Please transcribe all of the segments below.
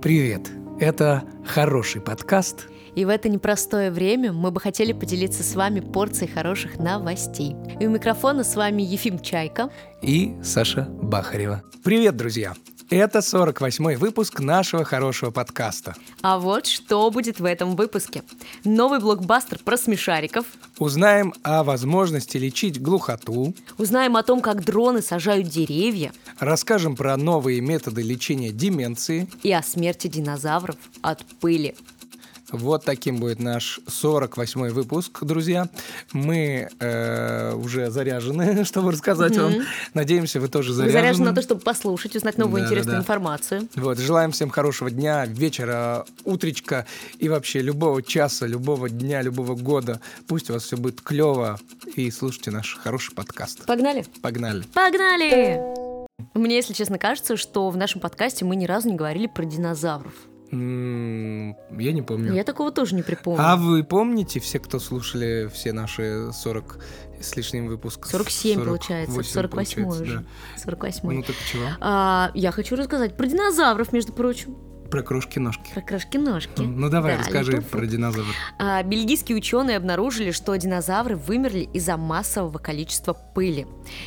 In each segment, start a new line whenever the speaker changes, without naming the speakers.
Привет! Это хороший подкаст.
И в это непростое время мы бы хотели поделиться с вами порцией хороших новостей. И у микрофона с вами Ефим Чайка.
И Саша Бахарева. Привет, друзья! Это 48-й выпуск нашего хорошего подкаста.
А вот что будет в этом выпуске. Новый блокбастер про смешариков.
Узнаем о возможности лечить глухоту,
Узнаем о том, как дроны сажают деревья.
расскажем про новые методы лечения деменции.
И о смерти динозавров от пыли.
Вот таким будет наш 48-й выпуск, друзья. Мы э, уже заряжены, чтобы рассказать вам. Надеемся, вы тоже
Мы
заряжены.
заряжены на то, чтобы послушать, узнать новую
Да-да-да.
интересную информацию.
Вот, желаем всем хорошего дня, вечера, утречка и вообще любого часа, любого дня, любого года. Пусть у вас все будет клево и слушайте наш хороший подкаст.
Погнали?
Погнали.
Погнали! Мне, если честно, кажется, что в нашем подкасте мы ни разу не говорили про динозавров.
М, М-м, Я не помню.
Я такого тоже не припомню.
А вы помните, все, кто слушали все наши 40 с лишним выпусков?
47 получается, 48
получается,
уже.
да.
48
Ну так и чего?
А, я хочу рассказать про динозавров, между прочим,
Про кружки-ножки.
про крошки-ножки.
Ну давай,
Да,
расскажи
летуфу.
про динозавров.
А, бельгийские ученые обнаружили, что динозавры вымерли из-за массового количества пыли.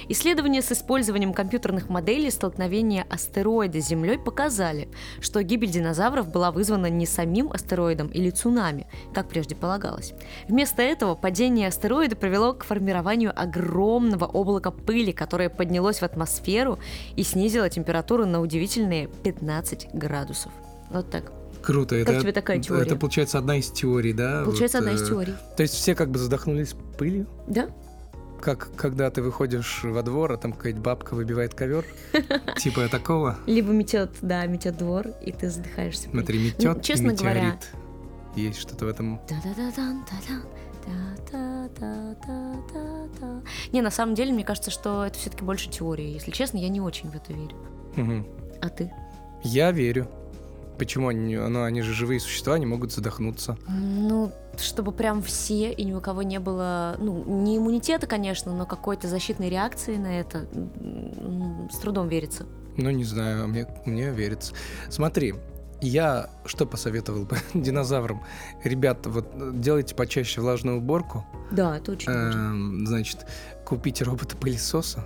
Исследования с использованием компьютерных моделей столкновения астероида с Землей показали, что гибель динозавров была вызвана не самим астероидом или цунами, как прежде полагалось. Вместо этого падение астероида привело к формированию огромного облака пыли, которое поднялось в атмосферу и снизило температуру на удивительные 15 градусов. Вот так.
Круто.
Как
это,
тебе такая теория?
Это получается одна из теорий, да?
Получается
Вот,
одна из
э,
теорий.
То есть все как бы задохнулись пылью?
Да?
Как когда ты выходишь во двор, а там какая-нибудь бабка выбивает ковер. Типа такого.
Либо метет, да, метет двор, и ты задыхаешься.
Смотри, метет
Ну, честно
и
говоря-
метеорит. Есть что-то в этом.
Та-да-да-дан, та-дан, та-та-та-та-та-та. Не, на самом деле, мне кажется, что это все-таки больше теория. Если честно, я не очень в это верю.
Мгм.
А ты?
Я верю. Почему они, не- ну, они же живые существа, они могут задохнуться.
Ну, чтобы прям все и ни у кого не было, ну, не иммунитета, конечно, но какой-то защитной реакции на это м, с трудом верится.
Ну, не знаю, мне, мне верится. Смотри, я что посоветовал бы динозаврам? Ребят, вот э, делайте почаще влажную уборку.
Да, это очень важно.
Эм, Значит, купите робота-пылесоса.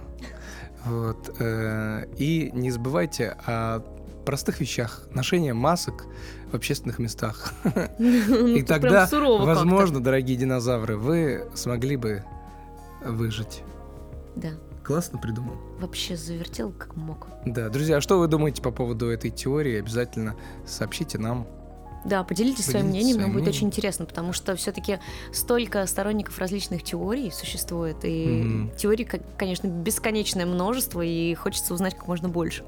Вот. э, И не забывайте о простых вещах. Ношение масок в общественных местах.
Ну,
И
тут прям
тогда,
сурово как-то.
возможно, дорогие динозавры, вы смогли бы выжить.
Да,
Классно придумал.
вообще завертел как мог.
Да, друзья, а что вы думаете по поводу этой теории? Обязательно сообщите нам.
Да, поделитесь своим
Поделитесь
мнением,
своим
нам будет
мнением.
очень интересно, потому что все-таки столько сторонников различных теорий существует, и
Мгм.
теорий, ко- конечно, бесконечное множество, и хочется узнать как можно больше.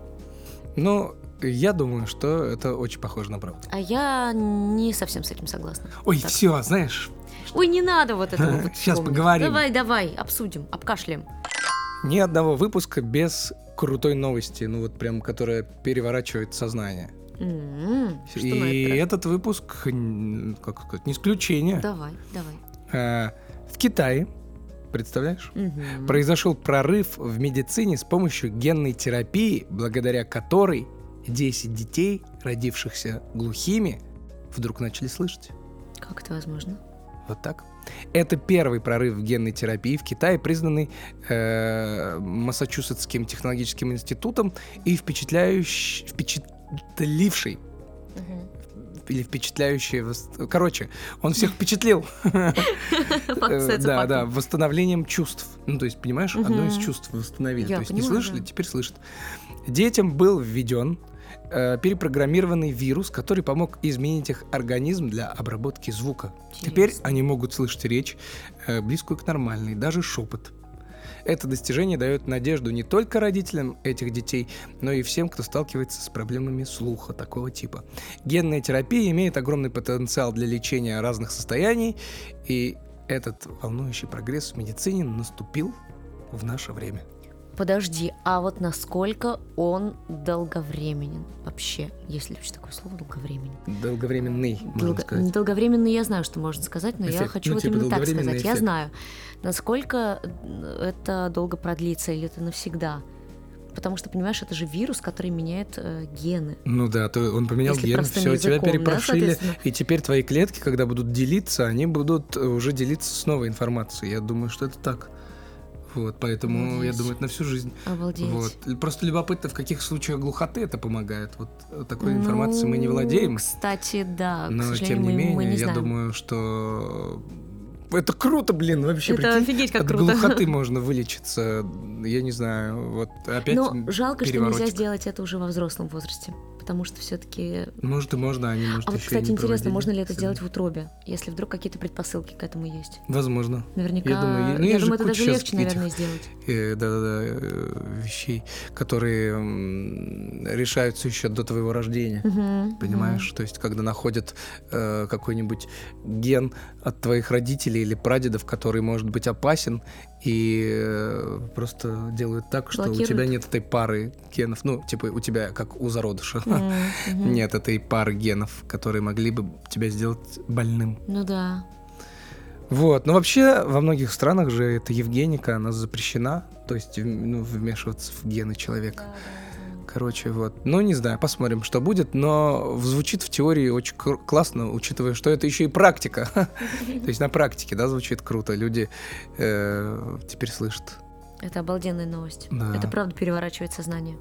Ну, я думаю, что это очень похоже на правду.
А я не совсем с этим согласна.
Ой,
Так.
все, знаешь,
Ой, не надо вот этого. вот
Щас
вспомнить.
поговорим.
Давай, давай, обсудим, обкашляем.
ни одного выпуска без крутой новости, ну вот прям, которая переворачивает сознание.
М, М-м-м, Что на
И
этот раз?
этот выпуск, м, как сказать, не исключение.
Давай, давай.
Э, в Китае, представляешь?
Мгм.
произошел прорыв в медицине с помощью генной терапии, благодаря которой 10 детей, родившихся глухими, вдруг начали слышать.
Как это возможно?
Вот так. Это первый прорыв в генной терапии в Китае, признанный э, Массачусетским технологическим институтом и впечатляющий, впечатливший или впечатляющий... вос- Короче, он всех впечатлил. Э,
Факт
Да, да, восстановлением чувств. Ну, то есть, понимаешь, одно из
Мгм.
чувств восстановили.
Я
То есть не
понимаю,
слышали,
да.
теперь слышат. Детям был введен э, перепрограммированный вирус, который помог изменить их организм для обработки звука. Теперь
Интересно.
они могут слышать речь, э, близкую к нормальной, даже шепот. Это достижение дает надежду не только родителям этих детей, но и всем, кто сталкивается с проблемами слуха такого типа. Генная терапия имеет огромный потенциал для лечения разных состояний, и этот волнующий прогресс в медицине наступил в наше время.
Подожди, а вот насколько он долговременен вообще, если вообще такое слово долговременен?
Долговременный, можно
Долго-
сказать.
Долговременный я знаю, что можно сказать, но я
Эффект.
хочу
Ну,
вот
типа
именно так
долговременный
сказать. Я э,
эффект.
знаю, насколько это долго продлится или это навсегда. потому что, понимаешь, это же вирус, который меняет э, гены.
Ну да, то он поменял
Если
ген,
простым
все, тебя
языком, да,
перепрошили,
соответственно.
и теперь твои клетки, когда будут делиться, они будут э, уже делиться с новой информацией. Я думаю, что это так. Вот, поэтому я
Надеюсь.
думаю, это на всю жизнь.
Обалдеть.
Вот. И Просто любопытно, в каких случаях глухоты это помогает. Вот э, такой
Ну,
информацией мы не владеем.
Кстати, да. к
Но
сожалению,
тем не
мы, мы
менее,
не
я
знаем.
думаю, что это круто, блин, вообще
это
прикинь,
офигеть, как
от
круто.
глухоты можно вылечиться. Я не знаю, вот опять.
Но Ну, жалко, что нельзя
переворотик.
сделать это уже во взрослом возрасте, потому что все-таки.
Может и можно, а не может
А вот,
ещё и
кстати,
не
интересно,
проводили
можно ли это
исследования.
сделать в утробе, если вдруг какие-то предпосылки к этому есть?
Возможно.
Наверняка.
Я думаю, е- ну,
я
есть же
думаю, это
куча
даже
щас
легче,
этих-
наверное, сделать.
э, да-да-да, э, вещей, которые м, решаются еще до твоего рождения.
Мгм,
Понимаешь? То есть, когда находят э, какой-нибудь ген от твоих родителей или прадедов, который может быть опасен, и э, просто делают так, что у тебя
Блокируют.
нет этой пары генов. Ну, типа, у тебя как у зародыша.
мгм. М, мгм.
Нет этой пары генов, которые могли бы тебя сделать больным.
Ну да.
Вот, но вообще во многих странах же эта Евгеника, она запрещена, то есть м, ну, вмешиваться в гены человека. Короче, вот. Ну, не знаю, посмотрим, что будет, но звучит в теории очень кру- классно, учитывая, что это еще и практика. То есть на практике, да, звучит круто. Люди э, теперь слышат.
Это обалденная новость.
Да.
Это правда переворачивает сознание.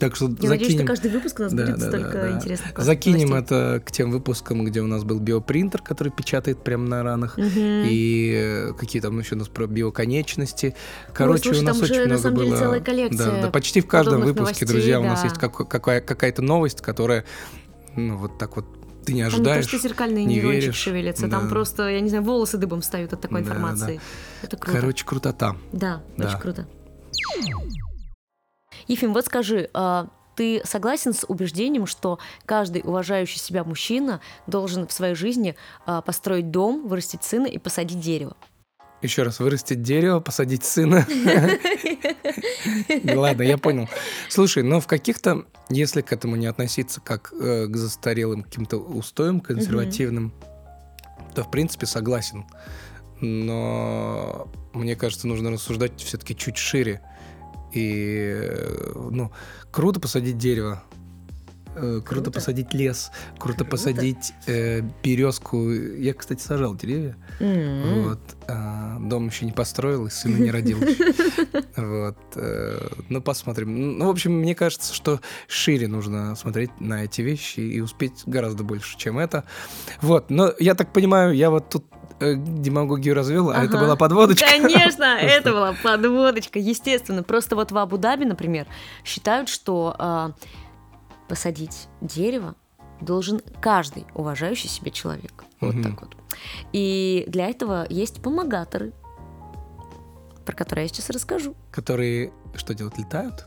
Так что
Я надеюсь, что
закинем.
каждый выпуск у нас
Да,
будет
да, да,
столько
да.
интересных классных
Закинем
новостей.
это к тем выпускам, где у нас был биопринтер, который печатает прямо на ранах.
Мгм.
и э, какие там еще у нас про биоконечности.
Ой,
Короче,
слушай,
у нас
там
очень
же, на
много
самом деле,
было.
целая коллекция
да, да, почти в каждом
подобных
выпуске, друзья, у
новостей,
нас
да.
есть какой- какая- какая-то новость, которая, ну вот так вот ты не
Там не то,
ожидаешь.
что зеркальные
не
нейрончики
веришь.
шевелятся, там
Да.
просто, я не знаю, волосы дыбом встают от такой
Да, да, да.
информации. Это круто.
Короче, крутота.
Да,
Да.
очень круто. Ефим, вот скажи, а ты согласен с убеждением, что каждый уважающий себя мужчина должен в своей жизни а, построить дом, вырастить сына и посадить дерево?
Еще раз вырастить дерево, посадить сына. Ладно, я понял. Слушай, но в каких-то, если к этому не относиться как э, к застарелым каким-то устоям консервативным, то в принципе согласен. Но мне кажется, нужно рассуждать все-таки чуть шире. И э, ну круто посадить дерево. э, Круто,
Круто.
посадить лес, круто,
Круто.
посадить э, березку. Я, кстати, сажал деревья.
М.
Вот. а, Дом еще не построил, и сына не родил. еще. Вот. э, Ну, посмотрим. Ну, в общем, мне кажется, что шире нужно смотреть на эти вещи и успеть гораздо больше, чем это. Вот. Но я так понимаю, я вот тут э, демагогию развел, а это
Ага.
была подводочка. Просто.
Конечно, это была подводочка, естественно. Просто вот в Абу-Даби, например, считают, что а, посадить дерево должен каждый уважающий себя человек. Вот
Мгм.
так вот. И для этого есть помогаторы, про которые я сейчас расскажу.
Которые что делают? Летают?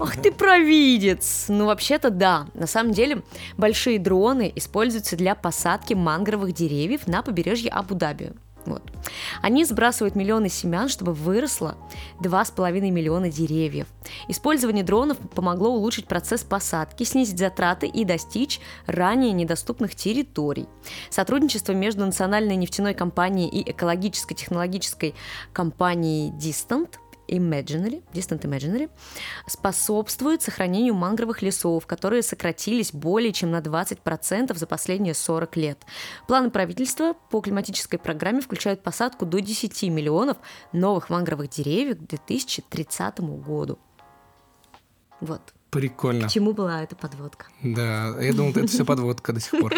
Ах ты провидец! Ну, вообще-то да. На самом деле, большие дроны используются для посадки мангровых деревьев на побережье Абу-Даби. Вот. Они сбрасывают миллионы семян, чтобы выросло 2,5 миллиона деревьев. Использование дронов помогло улучшить процесс посадки, снизить затраты и достичь ранее недоступных территорий. Сотрудничество между национальной нефтяной компанией и экологической технологической компанией Distant Imaginary, Distant Imaginary способствует сохранению мангровых лесов, которые сократились более чем на 20% за последние 40 лет. Планы правительства по климатической программе включают посадку до 10 миллионов новых мангровых деревьев к 2030 году. Вот.
Прикольно.
К чему была эта подводка?
Да, я думал, это все подводка до сих пор.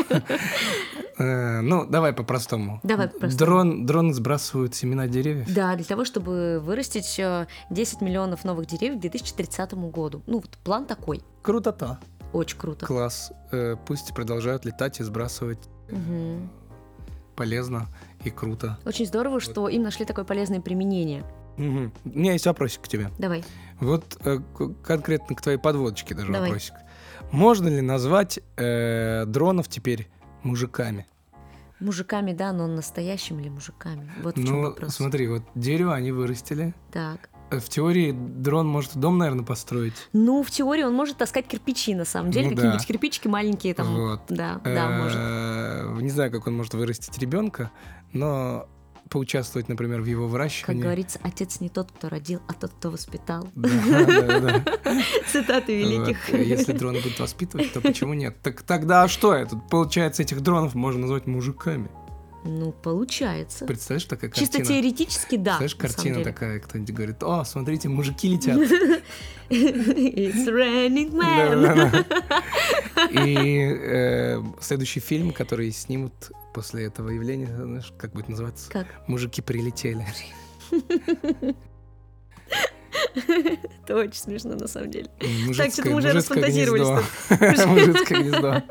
Э, Ну, давай по-простому.
Давай по-простому.
Дрон, дроны сбрасывают семена деревьев?
Да, для того, чтобы вырастить э, 10 миллионов новых деревьев к 2030 году. Ну, вот план такой.
Круто-то.
Очень круто.
Класс. Э, Пусть продолжают летать и сбрасывать
Мгм.
полезно и круто.
Очень здорово, что им нашли такое полезное применение.
Мгм. У меня есть вопросик к тебе.
Давай.
Вот э, к- конкретно к твоей подводочке даже
Давай.
вопросик. Можно ли назвать э, дронов теперь мужиками?
Мужиками, да, но настоящими ли мужиками? Вот в чем
ну,
вопрос.
смотри, вот дерево они вырастили.
Так.
Э, В теории дрон может дом, наверное, построить.
Ну, в теории он может таскать кирпичи, на самом деле,
Ну да.
какие-нибудь кирпичики маленькие там.
Вот.
Да, да, может.
Э, Не знаю, как он может вырастить ребенка, но поучаствовать, например, в его
Как
выращивании.
говорится, отец не тот, кто родил, а тот, кто воспитал.
Да, да, да.
Цитаты великих.
Вот. Если дроны будут воспитывать, то почему нет? Так тогда а что это? Получается, этих дронов можно назвать мужиками.
Ну, получается.
Представляешь, такая
Чисто
картина?
теоретически, да.
Представляешь,
на самом
картина
деле.
такая, кто-нибудь говорит, о, смотрите, мужики летят.
It's raining man.
Да-да-да. И э, следующий фильм, который снимут после этого явления, знаешь, как будет называться?
Как?
Мужики прилетели.
Это очень смешно, на самом деле.
Мужицкое-
что-то мы уже
мужицкое
расфантазировались
гнездо. Мужицкое гнездо.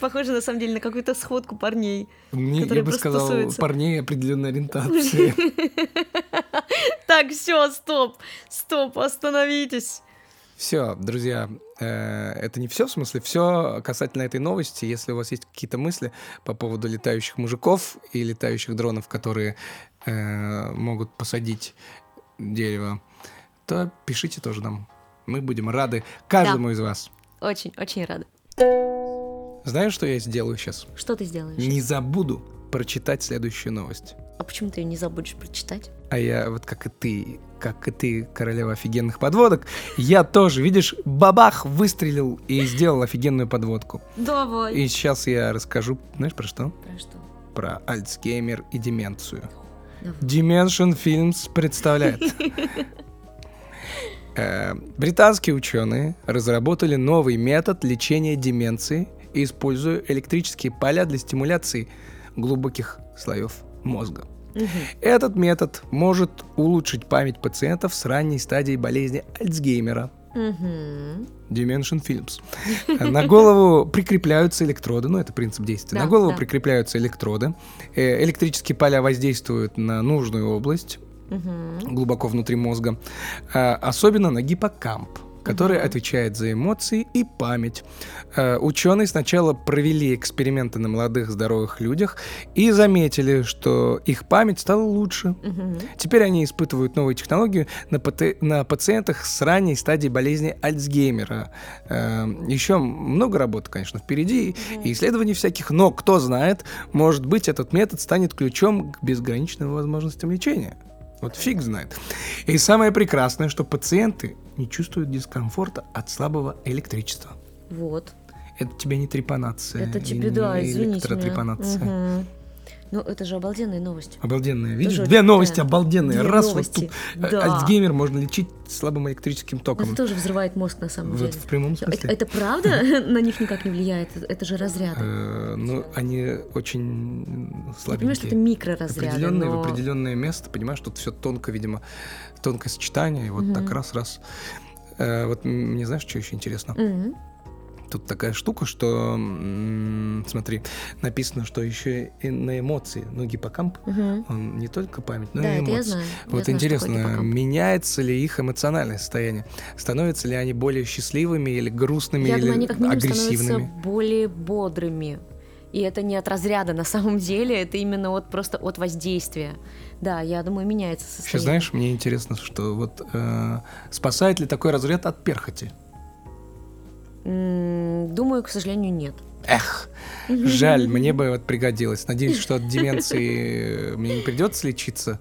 Похоже, на самом деле, на какую-то сходку парней.
Мне, я
Которые
бы
просто
сказал,
тусуются.
парней определенной ориентации.
Так, все, стоп, стоп, остановитесь.
Все, друзья, э, это не все, в смысле, все касательно этой новости. Если у вас есть какие-то мысли по поводу летающих мужиков и летающих дронов, которые э, могут посадить дерево, то пишите тоже нам. Мы будем рады каждому из вас.
Очень, очень рада.
Знаешь, что я сделаю сейчас?
Что ты сделаешь?
Не забуду прочитать следующую новость.
А почему ты ее не забудешь прочитать?
А я вот как и ты, как и ты, королева офигенных подводок, я тоже, видишь, бабах выстрелил и сделал офигенную подводку.
Давай.
И сейчас я расскажу, знаешь, про что?
Про что?
Про Альцгеймер и деменцию.
Давай.
Dimension Films представляет. Э, Британские ученые разработали новый метод лечения деменции, используя электрические поля для стимуляции глубоких слоев мозга.
Мгм.
Этот метод может улучшить память пациентов с ранней стадией болезни Альцгеймера.
Мгм.
Dimension Films. На голову прикрепляются электроды, ну это принцип действия.
Да,
На голову
да.
прикрепляются электроды. Э, Электрические поля воздействуют на нужную область
Мгм.
глубоко внутри мозга, э, особенно на гиппокамп который
Мгм.
отвечает за эмоции и память. Э, Ученые сначала провели эксперименты на молодых здоровых людях и заметили, что их память стала лучше.
Мгм.
Теперь они испытывают новую технологию на, пате- на пациентах с ранней стадией болезни Альцгеймера. еще много работы, конечно, впереди и исследований всяких, но кто знает, может быть, этот метод станет ключом к безграничным возможностям лечения. Вот фиг знает. И самое прекрасное, что пациенты не чувствуют дискомфорта от слабого электричества.
Вот.
Это тебе не трепанация.
Это
и не
тебе, да, извините меня.
Электротрепанация.
Мгм. Ну, это же обалденные новости.
Обалденная, видишь?
Тоже
Две
очень
новости
крутая.
обалденные.
Две
Раз вот
новости.
тут
Да.
Э, Альцгеймер можно лечить слабым электрическим током.
Это тоже взрывает мозг, на самом
Вот
деле. э,
в прямом
Это,
смысле.
это правда? На них никак не влияет. Это же разряды.
Э, Ну, они очень
Я понимаю, что
слабенькие.
это микроразряды,
Определенные в
но...
определенное место, понимаешь, тут все тонко, видимо, тонкое сочетание, и вот
Мгм.
так раз-раз. Э, Вот м, мне знаешь, что еще интересно?
Мгм.
Тут такая штука, что, м, смотри, написано, что еще и на эмоции. Ну, гиппокамп,
Мгм.
он не только память, но
Да,
и
это я
эмоции.
знаю. Я
Ну, Вот
знаю, что такое
интересно,
гиппокамп.
меняется ли их эмоциональное состояние? Становятся ли они более счастливыми или грустными,
Я
или
думаю, они как минимум
агрессивными?
становятся более бодрыми. И это не от разряда, на самом деле, это именно от просто от воздействия. Да, я думаю, меняется
Вообще,
состояние.
знаешь, мне интересно, что вот э, спасает ли такой разряд от перхоти?
М, Думаю, к сожалению, нет.
Эх, жаль, мне бы вот пригодилось. Надеюсь, что от деменции э, мне не придется лечиться.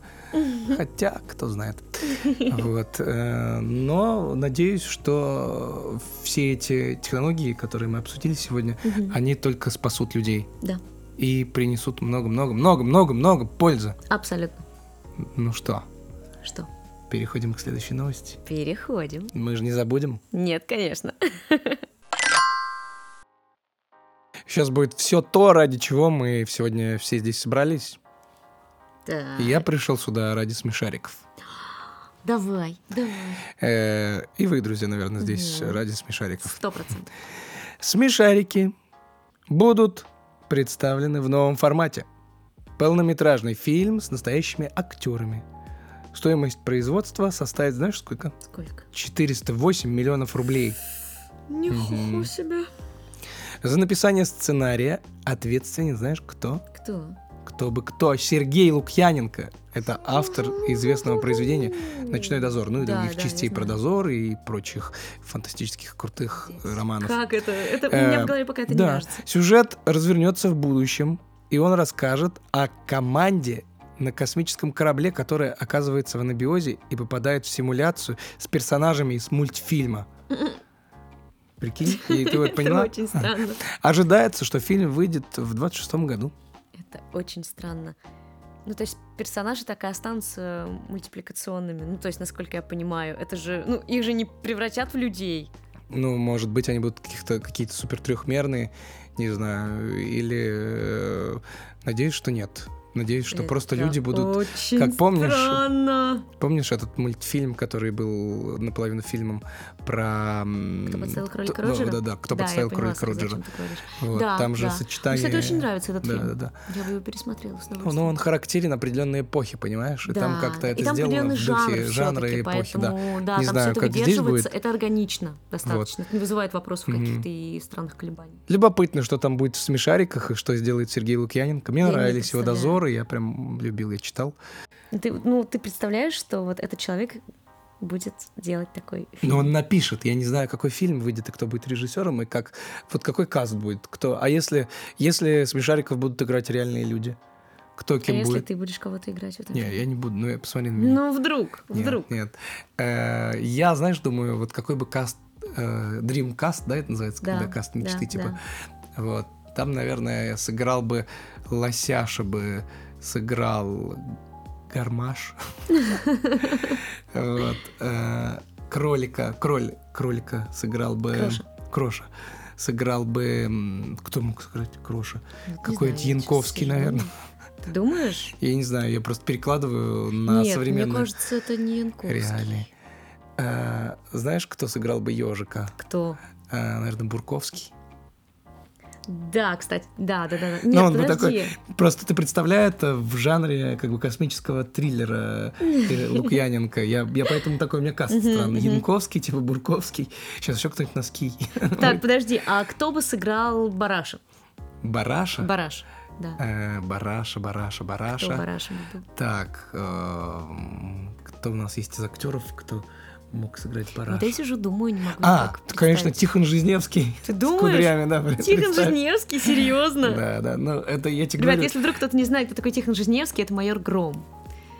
Хотя, кто знает. Вот. э, Но надеюсь, что все эти технологии, которые мы обсудили сегодня,
Мгм.
они только спасут людей.
Да,
и принесут много-много-много-много-много пользы.
абсолютно.
Ну что,
Что?
переходим к следующей новости.
Переходим.
Мы же не забудем.
Нет, конечно.
Сейчас будет все то, ради чего мы сегодня все здесь собрались.
Так.
И я пришел сюда ради смешариков.
Давай, давай.
Э, и вы, друзья, наверное, здесь
Мгм.
ради смешариков.
Сто процентов.
Смешарики будут представлены в новом формате. Полнометражный фильм с настоящими актерами. Стоимость производства составит, знаешь, сколько?
Сколько?
408 миллионов рублей.
Нихуя
Мгм.
себе.
За написание сценария ответственен, знаешь, кто?
Кто?
Кто бы кто? Сергей Лукьяненко. Это автор известного произведения «Ночной дозор». Ну и
Да,
других
да, я
частей про
знаю.
дозор и прочих фантастических крутых романов.
Как это? Это у меня
Э,
в голове пока это не
да,
вяжется.
сюжет развернется в будущем, и он расскажет о команде на космическом корабле, которая оказывается в анабиозе и попадает в симуляцию с персонажами из мультфильма. Прикинь, и ты вот
Это
поняла?
очень странно.
Ожидается, что фильм выйдет в 26-м году.
Это очень странно. Ну, то есть персонажи так и останутся мультипликационными. Ну, то есть, насколько я понимаю, это же... Ну, их же не превратят в людей.
Ну, может быть, они будут каких-то какие-то супер трехмерные, не знаю, или э, надеюсь, что нет. Надеюсь, что просто
Это
люди будут.
очень
как помнишь-
странно.
Помнишь этот мультфильм, который был наполовину фильмом про м,
Кто подставил кролика
т- да,
Роджера?
Да, да, кто
Да, я
подставил
поняла,
кролика Роджера.
зачем ты говоришь.
Вот,
Да,
там же
да. Мне,
сочетание.
кстати, очень нравится этот
э, Да, да,
фильм.
да.
Я бы его пересмотрела с
Ну,
удовольствием.
Но он характерен определенной эпохи, понимаешь? И там
Да,
как-то
да.
это
и там
сделано
определенный
в духе
жанр
жанра и
всё-таки,
эпохи, да.
поэтому, да.
Не
там
знаю,
все это
как здесь
выдерживается,
будет.
это органично достаточно. Это не вызывает вопросов
Мгм.
каких-то и странных колебаний.
Любопытно, что там будет в смешариках и что сделает Сергей Лукьяненко. Мне
Я не
нравились его
представляю.
дозоры, я прям любил, я читал.
Ты, ну, ты представляешь, что вот этот человек будет делать такой
Но
фильм?
Ну, он напишет. Я не знаю, какой фильм выйдет и кто будет режиссером, и как вот какой каст будет. Кто. А если, если смешариков будут играть реальные люди, кто
а
кем
если
будет?
ты будешь кого-то играть в этом
Не,
фильме?
я не буду. Ну, я посмотри на меня.
Ну, вдруг,
Нет,
вдруг.
Нет. Э, Я, знаешь, думаю, вот какой бы каст, э, Dreamcast, да, это называется,
Да,
когда каст
да,
мечты, типа. Вот. Там, наверное, сыграл бы Лосяша бы сыграл Гармаш. Вот. Э, Кролика, кроль, кролика сыграл бы...
Кроша.
Кроша. Сыграл бы... м, Кто мог сыграть Кроша?
Ну, не
Какой-нибудь
знаю, я
Янковский,
честно
наверное.
думаю. Ты думаешь?
Я не знаю, я просто перекладываю на
Нет, мне
современную
кажется, это не Янковский.
реалии. Э, Знаешь, кто сыграл бы ежика?
Кто?
э, Наверное, Бурковский.
Да, кстати, да, да, да. да. Нет,
Ну, он бы
подожди.
Просто ты представляешь, это в жанре как бы космического триллера э, Лукьяненко. Я, я поэтому такой у меня каст
Мгм,
странный.
мгм.
Янковский, типа Бурковский. Сейчас еще кто-нибудь носки.
Так, подожди, а кто бы сыграл Бараша?
Бараша?
Бараш, да.
Э, Бараша, Бараша,
Кто
Бараша.
Барашем был?
Так, эм, кто у нас есть из актеров, кто мог сыграть
Вот
Бараша?
я сижу, думаю, не могу.
А,
никак
конечно,
представить.
Тихон Жизневский.
Ты
С
думаешь?
кудрями, да,
Тихон
представь.
Жизневский, серьезно?
Да, да, ну это я тебе
Ребят,
говорю.
если вдруг кто-то не знает, кто такой Тихон Жизневский, это майор Гром.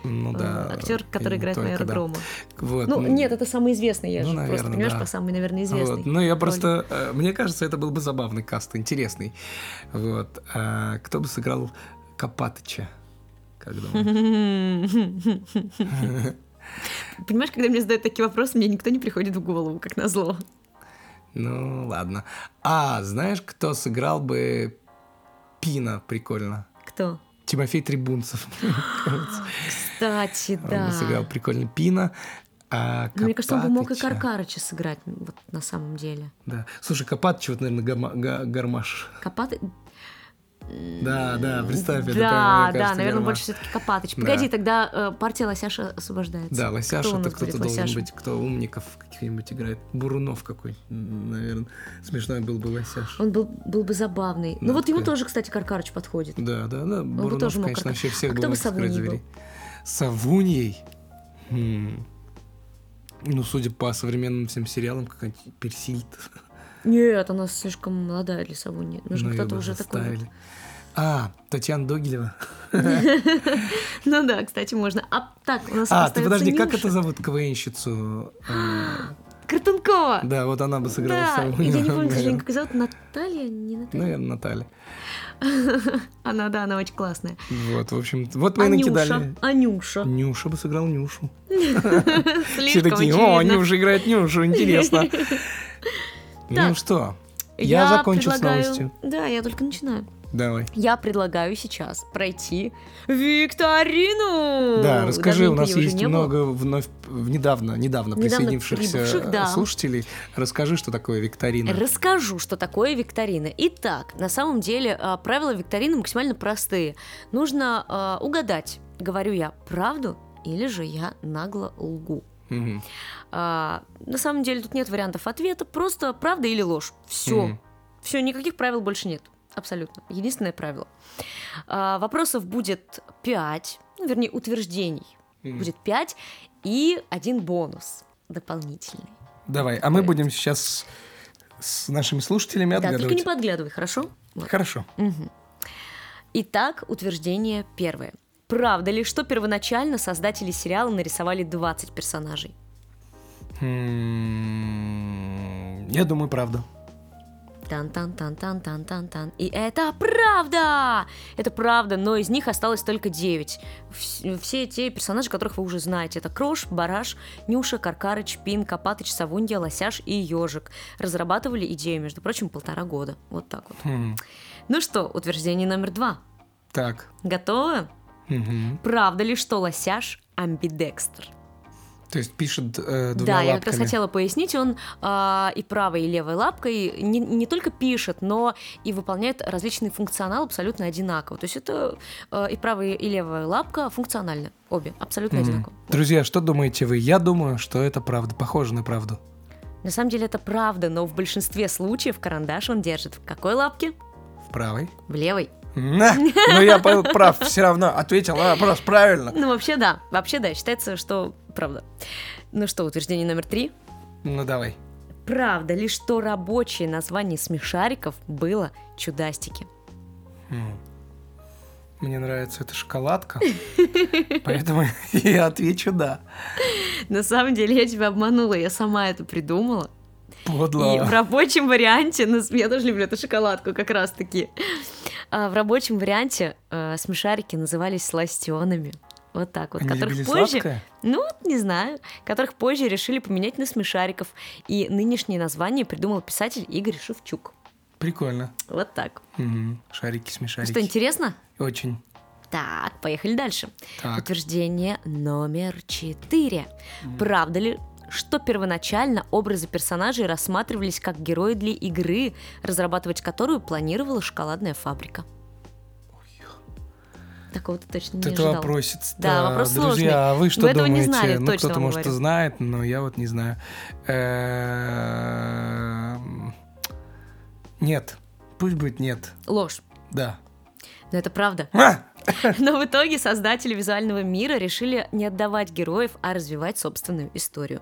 Ну да.
Э, Актер, который
и
играет
только,
майора
да.
Грома.
Вот,
Ну, нет, это самый известный, я
Ну,
же просто,
наверное,
понимаешь,
да.
по самый,
Вот.
наверное, известный.
Ну, я просто... э, Мне кажется, это был бы забавный каст, интересный. Вот. А кто бы сыграл Копатыча? Как думаешь?
Понимаешь, когда мне задают такие вопросы, мне никто не приходит в голову, как назло.
Ну, ладно. А, знаешь, кто сыграл бы Пина? Прикольно.
Кто?
Тимофей Трибунцев. мне кажется.
Кстати,
Он бы
да.
сыграл прикольно Пина. А
Ну, Мне кажется, он бы мог и
Копатыча-
Каркарыча сыграть, м, вот на самом деле.
Да. Слушай, Копатыч, вот, наверное, гармаш.
Копаты...
Да, да, представь, это прям,
Да,
мне
да,
кажется,
наверное,
Гармаш.
больше все-таки Копатыч.
Да.
Погоди, тогда э, партия Лосяша освобождается.
Да,
Кто
Лосяша,
у
это
нас
кто-то
будет
должен
Лосяша?
быть, кто умников каких-нибудь играет. Бурунов какой, наверное. Смешной был бы Лосяш.
Он был, был бы забавный.
Да,
ну вот ему
такая.
тоже, кстати, Каркарыч подходит.
Да, да, да. Бурунов,
Ну, тоже мог
конечно,
как-то.
вообще всех
А
бы
кто бы
мог открыть
Савуньей был?
дверей. Савуньей? М. Ну, судя по современным всем сериалам, какая-нибудь Персильд.
Нет, она слишком молодая для Савуни. Нужно
Ну, её
кто-то
бы
уже такой.
заставили. А, Татьяна Догилева.
Ну да, кстати, можно. А так, у нас
А, ты
остается
подожди, как
Нюша.
это зовут КВНщицу? Э,
Картункова!
Да, вот она бы сыграла Ну,
А. Да,
Савунью,
я не помню, к
наверное.
сожалению, как ее зовут. Наталья? Не Наталья.
Наверное, Наталья.
Она, да, она очень классная.
Вот, в общем, вот мы и накидали.
Анюша. Анюша.
Нюша бы сыграл Нюшу. Все
Слишком
такие, о,
очевидно.
Нюша играет Нюшу, интересно. Ну
Так.
что, я закончил с
предлагаю-
новостью.
Да, я только начинаю.
Давай.
Я предлагаю сейчас пройти викторину.
Да, расскажи, у
Давненько
нас
ее уже
есть
не было.
много вновь в- недавно, недавно
прибывших, да.
присоединившихся слушателей. Расскажи, что такое викторина.
Расскажу, что такое викторина. Итак, на самом деле а, правила викторины максимально простые. Нужно а, угадать, говорю я правду или же я нагло лгу.
Мгм.
А, на самом деле тут нет вариантов ответа, просто правда или ложь. Все.
Мгм.
Все, никаких правил больше нет. Абсолютно. Единственное правило. А, вопросов будет 5, ну, вернее, утверждений
Мгм.
будет 5 и один бонус дополнительный.
Давай, а мы будем сейчас с нашими слушателями
Да, только не
отгадывать.
подглядывай, хорошо? Вот.
Хорошо.
Мгм. Итак, утверждение первое. Правда ли, что первоначально создатели сериала нарисовали 20 персонажей?
М, Я думаю, правда.
Тан-тан-тан-тан-тан-тан-тан. И это правда! Это правда, но из них осталось только 9. Вс- Все те персонажи, которых вы уже знаете. Это Крош, Бараш, Нюша, Каркарыч, Пин, Копатыч, Савунья, Лосяш и Ежик. Разрабатывали идею, между прочим, полтора года. Вот так вот.
Хм,
Ну что, утверждение номер два.
Так.
Готовы?
Мгм.
Правда ли, что Лосяш амбидекстр?
То есть пишет э, двумя
Да, я как раз
лапками.
хотела пояснить, он а, и правой, и левой лапкой не, не только пишет, но и выполняет различный функционал абсолютно одинаково. То есть это э, и правая, и левая лапка функциональны, обе, абсолютно
Мгм.
одинаково.
Друзья, что думаете вы? Я думаю, что это правда. Похоже на правду.
На самом деле это правда, но в большинстве случаев карандаш он держит в какой лапке?
В правой.
В левой.
На! Но я был прав, все равно ответил на вопрос правильно.
Ну вообще да, вообще да, считается, что правда. Ну что, утверждение номер три.
Ну давай.
Правда ли, что рабочее название смешариков было чудастики?
М. Мне нравится эта шоколадка, поэтому я отвечу да.
На самом деле я тебя обманула, я сама это придумала. И в
Подло.
рабочем варианте, ну, с- я тоже люблю эту шоколадку как раз-таки, А, в рабочем варианте э, смешарики назывались сластенами. Вот так вот,
Они
которых
любили
позже,
сладкое?
ну, вот не знаю, которых позже решили поменять на смешариков. И нынешнее название придумал писатель Игорь Шевчук.
Прикольно.
Вот так.
Мгм. Шарики
Что,
смешарики.
интересно?
Очень.
Так, поехали дальше.
Так.
Утверждение номер четыре. Правда ли, что первоначально образы персонажей рассматривались как герои для игры, разрабатывать которую планировала шоколадная фабрика? Такого ты точно не
Вот Это
ожидал.
вопросец.
Да, вопрос сложный.
Друзья, а вы что
Вы этого не
думаете?
знали,
ну,
точно
кто-то,
вам
может, и
говорю.
знает, но я вот не знаю. Эм, Нет. Пусть будет нет.
Ложь.
Да.
Но это правда.
А!
Но в итоге создатели визуального мира решили не отдавать героев, а развивать собственную историю.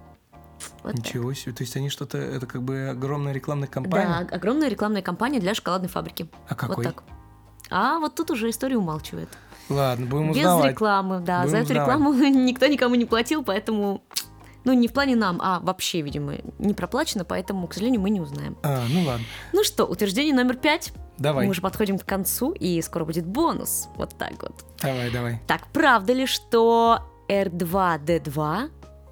Вот так.
Ничего себе. То есть они что-то... Это как бы огромная рекламная
Да,
кампания?
ог- огромная рекламная кампания для шоколадной фабрики.
А какой?
Вот так. А вот тут уже история умалчивает.
Ладно, будем
Без
узнавать.
рекламы, да.
Будем
За эту
узнавать.
рекламу никто никому не платил, поэтому... Ну, не в плане нам, а вообще, видимо, не проплачено, поэтому, к сожалению, мы не узнаем.
А, ну ладно.
Ну что, утверждение номер пять.
Давай.
Мы уже подходим к концу, и скоро будет бонус. Вот так вот.
Давай, давай.
Так, правда ли, что R2D2,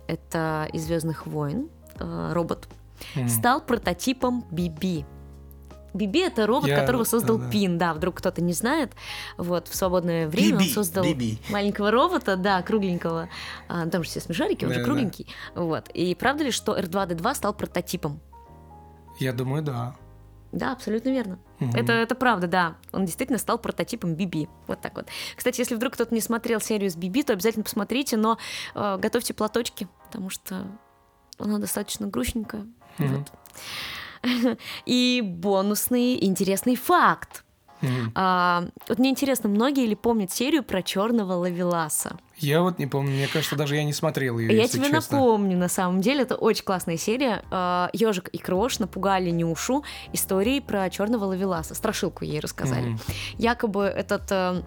это из Звездных войн, э, робот,
М.
стал прототипом Биби. Биби это робот,
Я- э,
которого создал
да-да.
Пин, да, вдруг кто-то не знает. Вот в свободное время он создал
Биби.
маленького робота, да, кругленького. А, ну, там же все смешарики, он же
Да-да-да.
кругленький. Вот. И правда ли, что R2D2 стал прототипом?
Я думаю, да.
Да, абсолютно верно.
Мгм.
Это, это правда, да. Он действительно стал прототипом Биби. Вот так вот. Кстати, если вдруг кто-то не смотрел серию с Биби, то обязательно посмотрите, но э, готовьте платочки, потому что она достаточно грустненькая.
Мгм.
Вот. И бонусный интересный факт.
Мгм.
А, вот мне интересно, многие ли помнят серию про черного лавеласа?
Я вот не помню. Мне кажется, даже я не смотрел ее,
А Я
если
тебе
честно.
напомню, на самом деле, это очень классная серия. А, Ёжик и Крош напугали Нюшу историей про черного лавеласа. Страшилку ей рассказали.
Мгм.
Якобы этот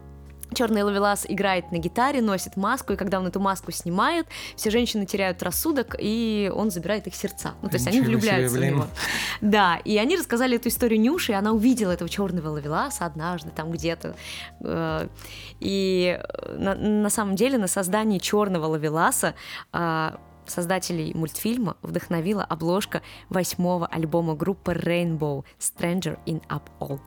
черный ловелас играет на гитаре, носит маску, и когда он эту маску снимает, все женщины теряют рассудок, и он забирает их сердца. Ну, то есть они
Ничего себе,
влюбляются в
блин.
него. Да, и они рассказали эту историю Нюше, и она увидела этого черного ловеласа однажды там где-то. Э, И э, на, на самом деле на создании черного ловеласа э, создателей мультфильма вдохновила обложка восьмого альбома группы Rainbow Stranger in Up All.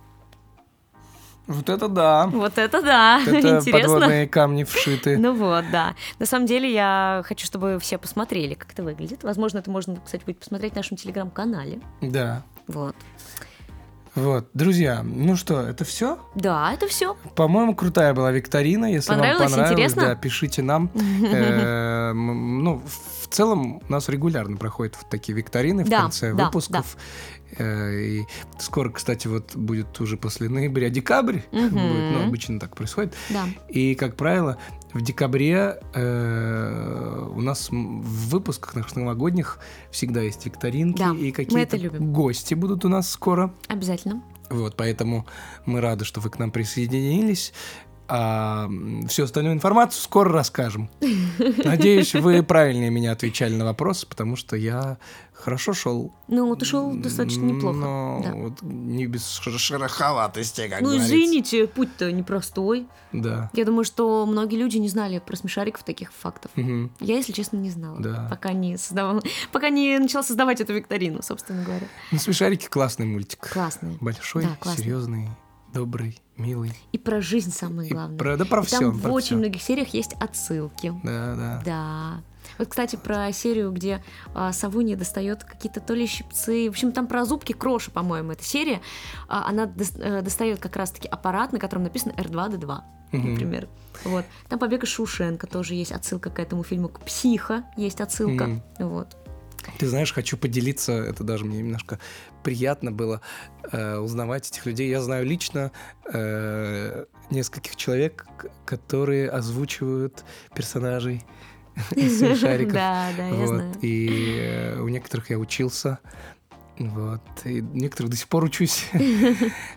Вот это да.
Вот это да,
Это
интересно.
подводные камни вшиты.
Ну вот, да. На самом деле я хочу, чтобы все посмотрели, как это выглядит. Возможно, это можно, кстати, будет посмотреть в нашем телеграм-канале.
Да.
Вот.
Вот, друзья, ну что, это все?
Да, это все.
По-моему, крутая была викторина. Если вам
Понравилось?
понравилось,
Интересно?
да, пишите нам. Э, м, Ну, в целом, у нас регулярно проходят вот такие викторины в
Да,
конце
да,
выпусков. Э, И скоро, кстати, вот будет уже после ноября декабрь. будет,
Мгм.
Ну, обычно так происходит.
Да.
И, как правило, в декабре э, у нас м, в выпусках наших новогодних всегда есть викторинки и
Да, мы это
какие-то
любим.
гости будут у нас скоро.
Обязательно.
Вот, поэтому мы рады, что вы к нам присоединились. А м, всю остальную информацию скоро расскажем. Надеюсь, вы правильнее меня отвечали на вопрос, потому что я хорошо шел.
Ну, вот ушел достаточно неплохо.
Но
да.
вот не без шер- шероховатости, как
Ну,
говорится.
извините, путь-то непростой.
Да.
Я думаю, что многие люди не знали про смешариков таких фактов.
Мгм.
Я, если честно, не знала,
Да.
пока не создавала, пока не начала создавать эту викторину, собственно говоря.
Ну, смешарики классный мультик.
Классные.
Большой,
Да, классный.
серьезный, добрый, милый.
И про жизнь самое
И
главное.
про- да про
И
все.
Там в очень многих сериях есть отсылки.
Да, да.
Да. Вот, кстати, про серию, где а, Савуни достает какие-то то ли щипцы. В общем, там про зубки кроши, по-моему, эта серия. А, она дос- э, достает как раз-таки аппарат, на котором написано R2D2,
Мгм.
например. Вот. Там побег из Шушенко тоже есть отсылка к этому фильму. К психо есть отсылка.
Мгм.
Вот.
Ты знаешь, хочу поделиться, это даже мне немножко приятно было э, узнавать этих людей. Я знаю лично э, нескольких человек, к- которые озвучивают персонажей из смешариков.
Да, да, я
Вот,
знаю.
И э, у некоторых я учился. Вот. И некоторых до сих пор учусь,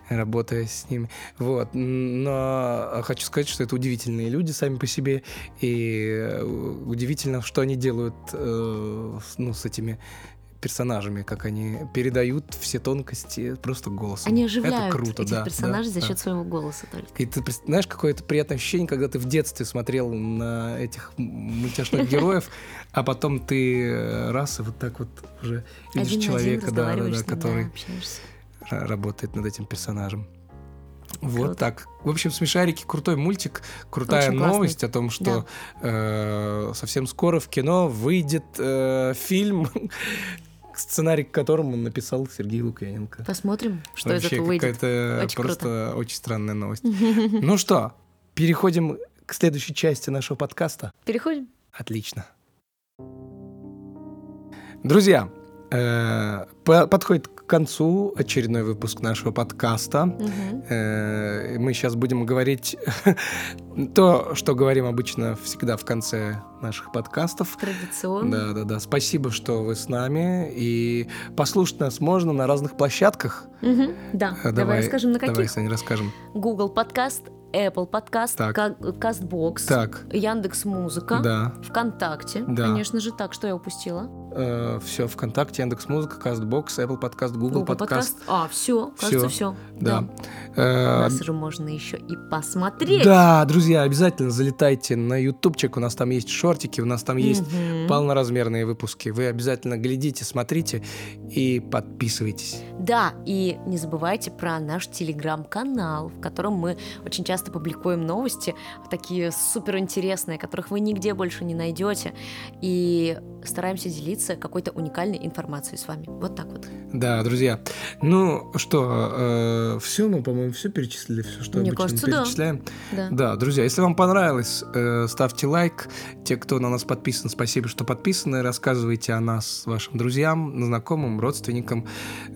работая с ними. Вот. Но хочу сказать, что это удивительные люди сами по себе. И э, удивительно, что они делают э, с- ну, с этими персонажами, как они передают все тонкости просто голосом.
Они оживляют
это круто,
этих
да,
персонажей
да,
за
да.
счет своего голоса только.
И ты прис- знаешь, какое это приятное ощущение, когда ты в детстве смотрел на этих м- мультяшных героев, а потом ты э, раз и вот так вот уже видишь
Один на один
человека, да, да,
разговариваешь,
да,
с ним,
который
общаешься.
ра- работает над этим персонажем. Вот
Круто.
так. В общем, смешарики крутой мультик, крутая
Очень классный.
новость о том, что э, совсем скоро в кино выйдет э, фильм, сценарий к которому написал Сергей Лукьяненко.
Посмотрим, что из
Вообще
этого выйдет.
какая-то
Очень
просто очень странная новость. Ну что, переходим к следующей части нашего подкаста.
Переходим.
Отлично. Друзья, э, по- подходит к концу очередной выпуск нашего подкаста.
Мгм.
Э, Мы сейчас будем говорить то, что говорим обычно всегда в конце наших подкастов.
Традиционно.
Да, да, да. Спасибо, что вы с нами. И послушать нас можно на разных площадках.
Мгм. Да.
Э,
Давай, расскажем, на каких.
Давай, Саня, расскажем.
Google подкаст, Apple подкаст,
Так.
Кастбокс,
Так,
Яндекс Музыка,
да.
ВКонтакте.
Да.
Конечно же, так, что я упустила.
все, э, ВКонтакте, Яндекс Музыка, Кастбокс, Apple Подкаст, Google, Подкаст.
А, все, кажется, все.
Да. Э,
Нас же можно еще и посмотреть.
да, друзья, обязательно залетайте на ютубчик, у нас там есть шортики, у нас там есть
Мгм.
полноразмерные выпуски. Вы обязательно глядите, смотрите и подписывайтесь.
Да, и не забывайте про наш телеграм-канал, в котором мы очень часто публикуем новости, такие суперинтересные, которых вы нигде больше не найдете, и стараемся делиться какой-то уникальной информацией с вами. Вот так вот.
Да, друзья. Ну что, все мы, по-моему, все перечислили, все, что
Мне
обычно
кажется,
мы
да.
перечисляем.
Да.
Да, друзья, если вам понравилось, э, ставьте лайк. Те, кто на нас подписан, спасибо, что подписаны. Рассказывайте о нас вашим друзьям, знакомым, родственникам.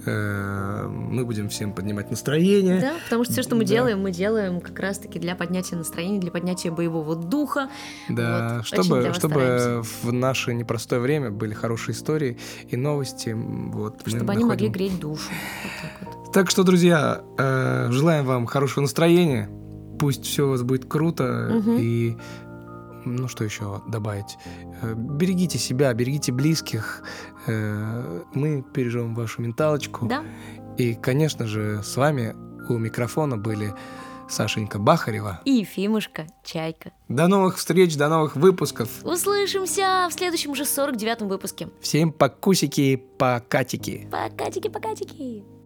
Э, Мы будем всем поднимать настроение.
Да, потому что все, что мы
Да.
делаем, мы делаем как раз-таки для поднятия настроения, для поднятия боевого духа.
Да,
Вот, очень для
чтобы,
вас
чтобы
стараемся.
в наше непростое время были хорошие истории и новости. М, Вот, мы
Чтобы они могли
находим.
греть душу. Вот так вот.
Так что, друзья, э, желаем вам хорошего настроения. Пусть все у вас будет круто.
Мгм.
И ну что еще добавить? Э, Берегите себя, берегите близких. Э, Мы переживем вашу менталочку.
Да,
И, конечно же, с вами у микрофона были Сашенька Бахарева.
и Ефимушка, Чайка.
До новых встреч, до новых выпусков.
Услышимся в следующем уже 49-м выпуске.
Всем покусики, покатики.
Покатики, покатики.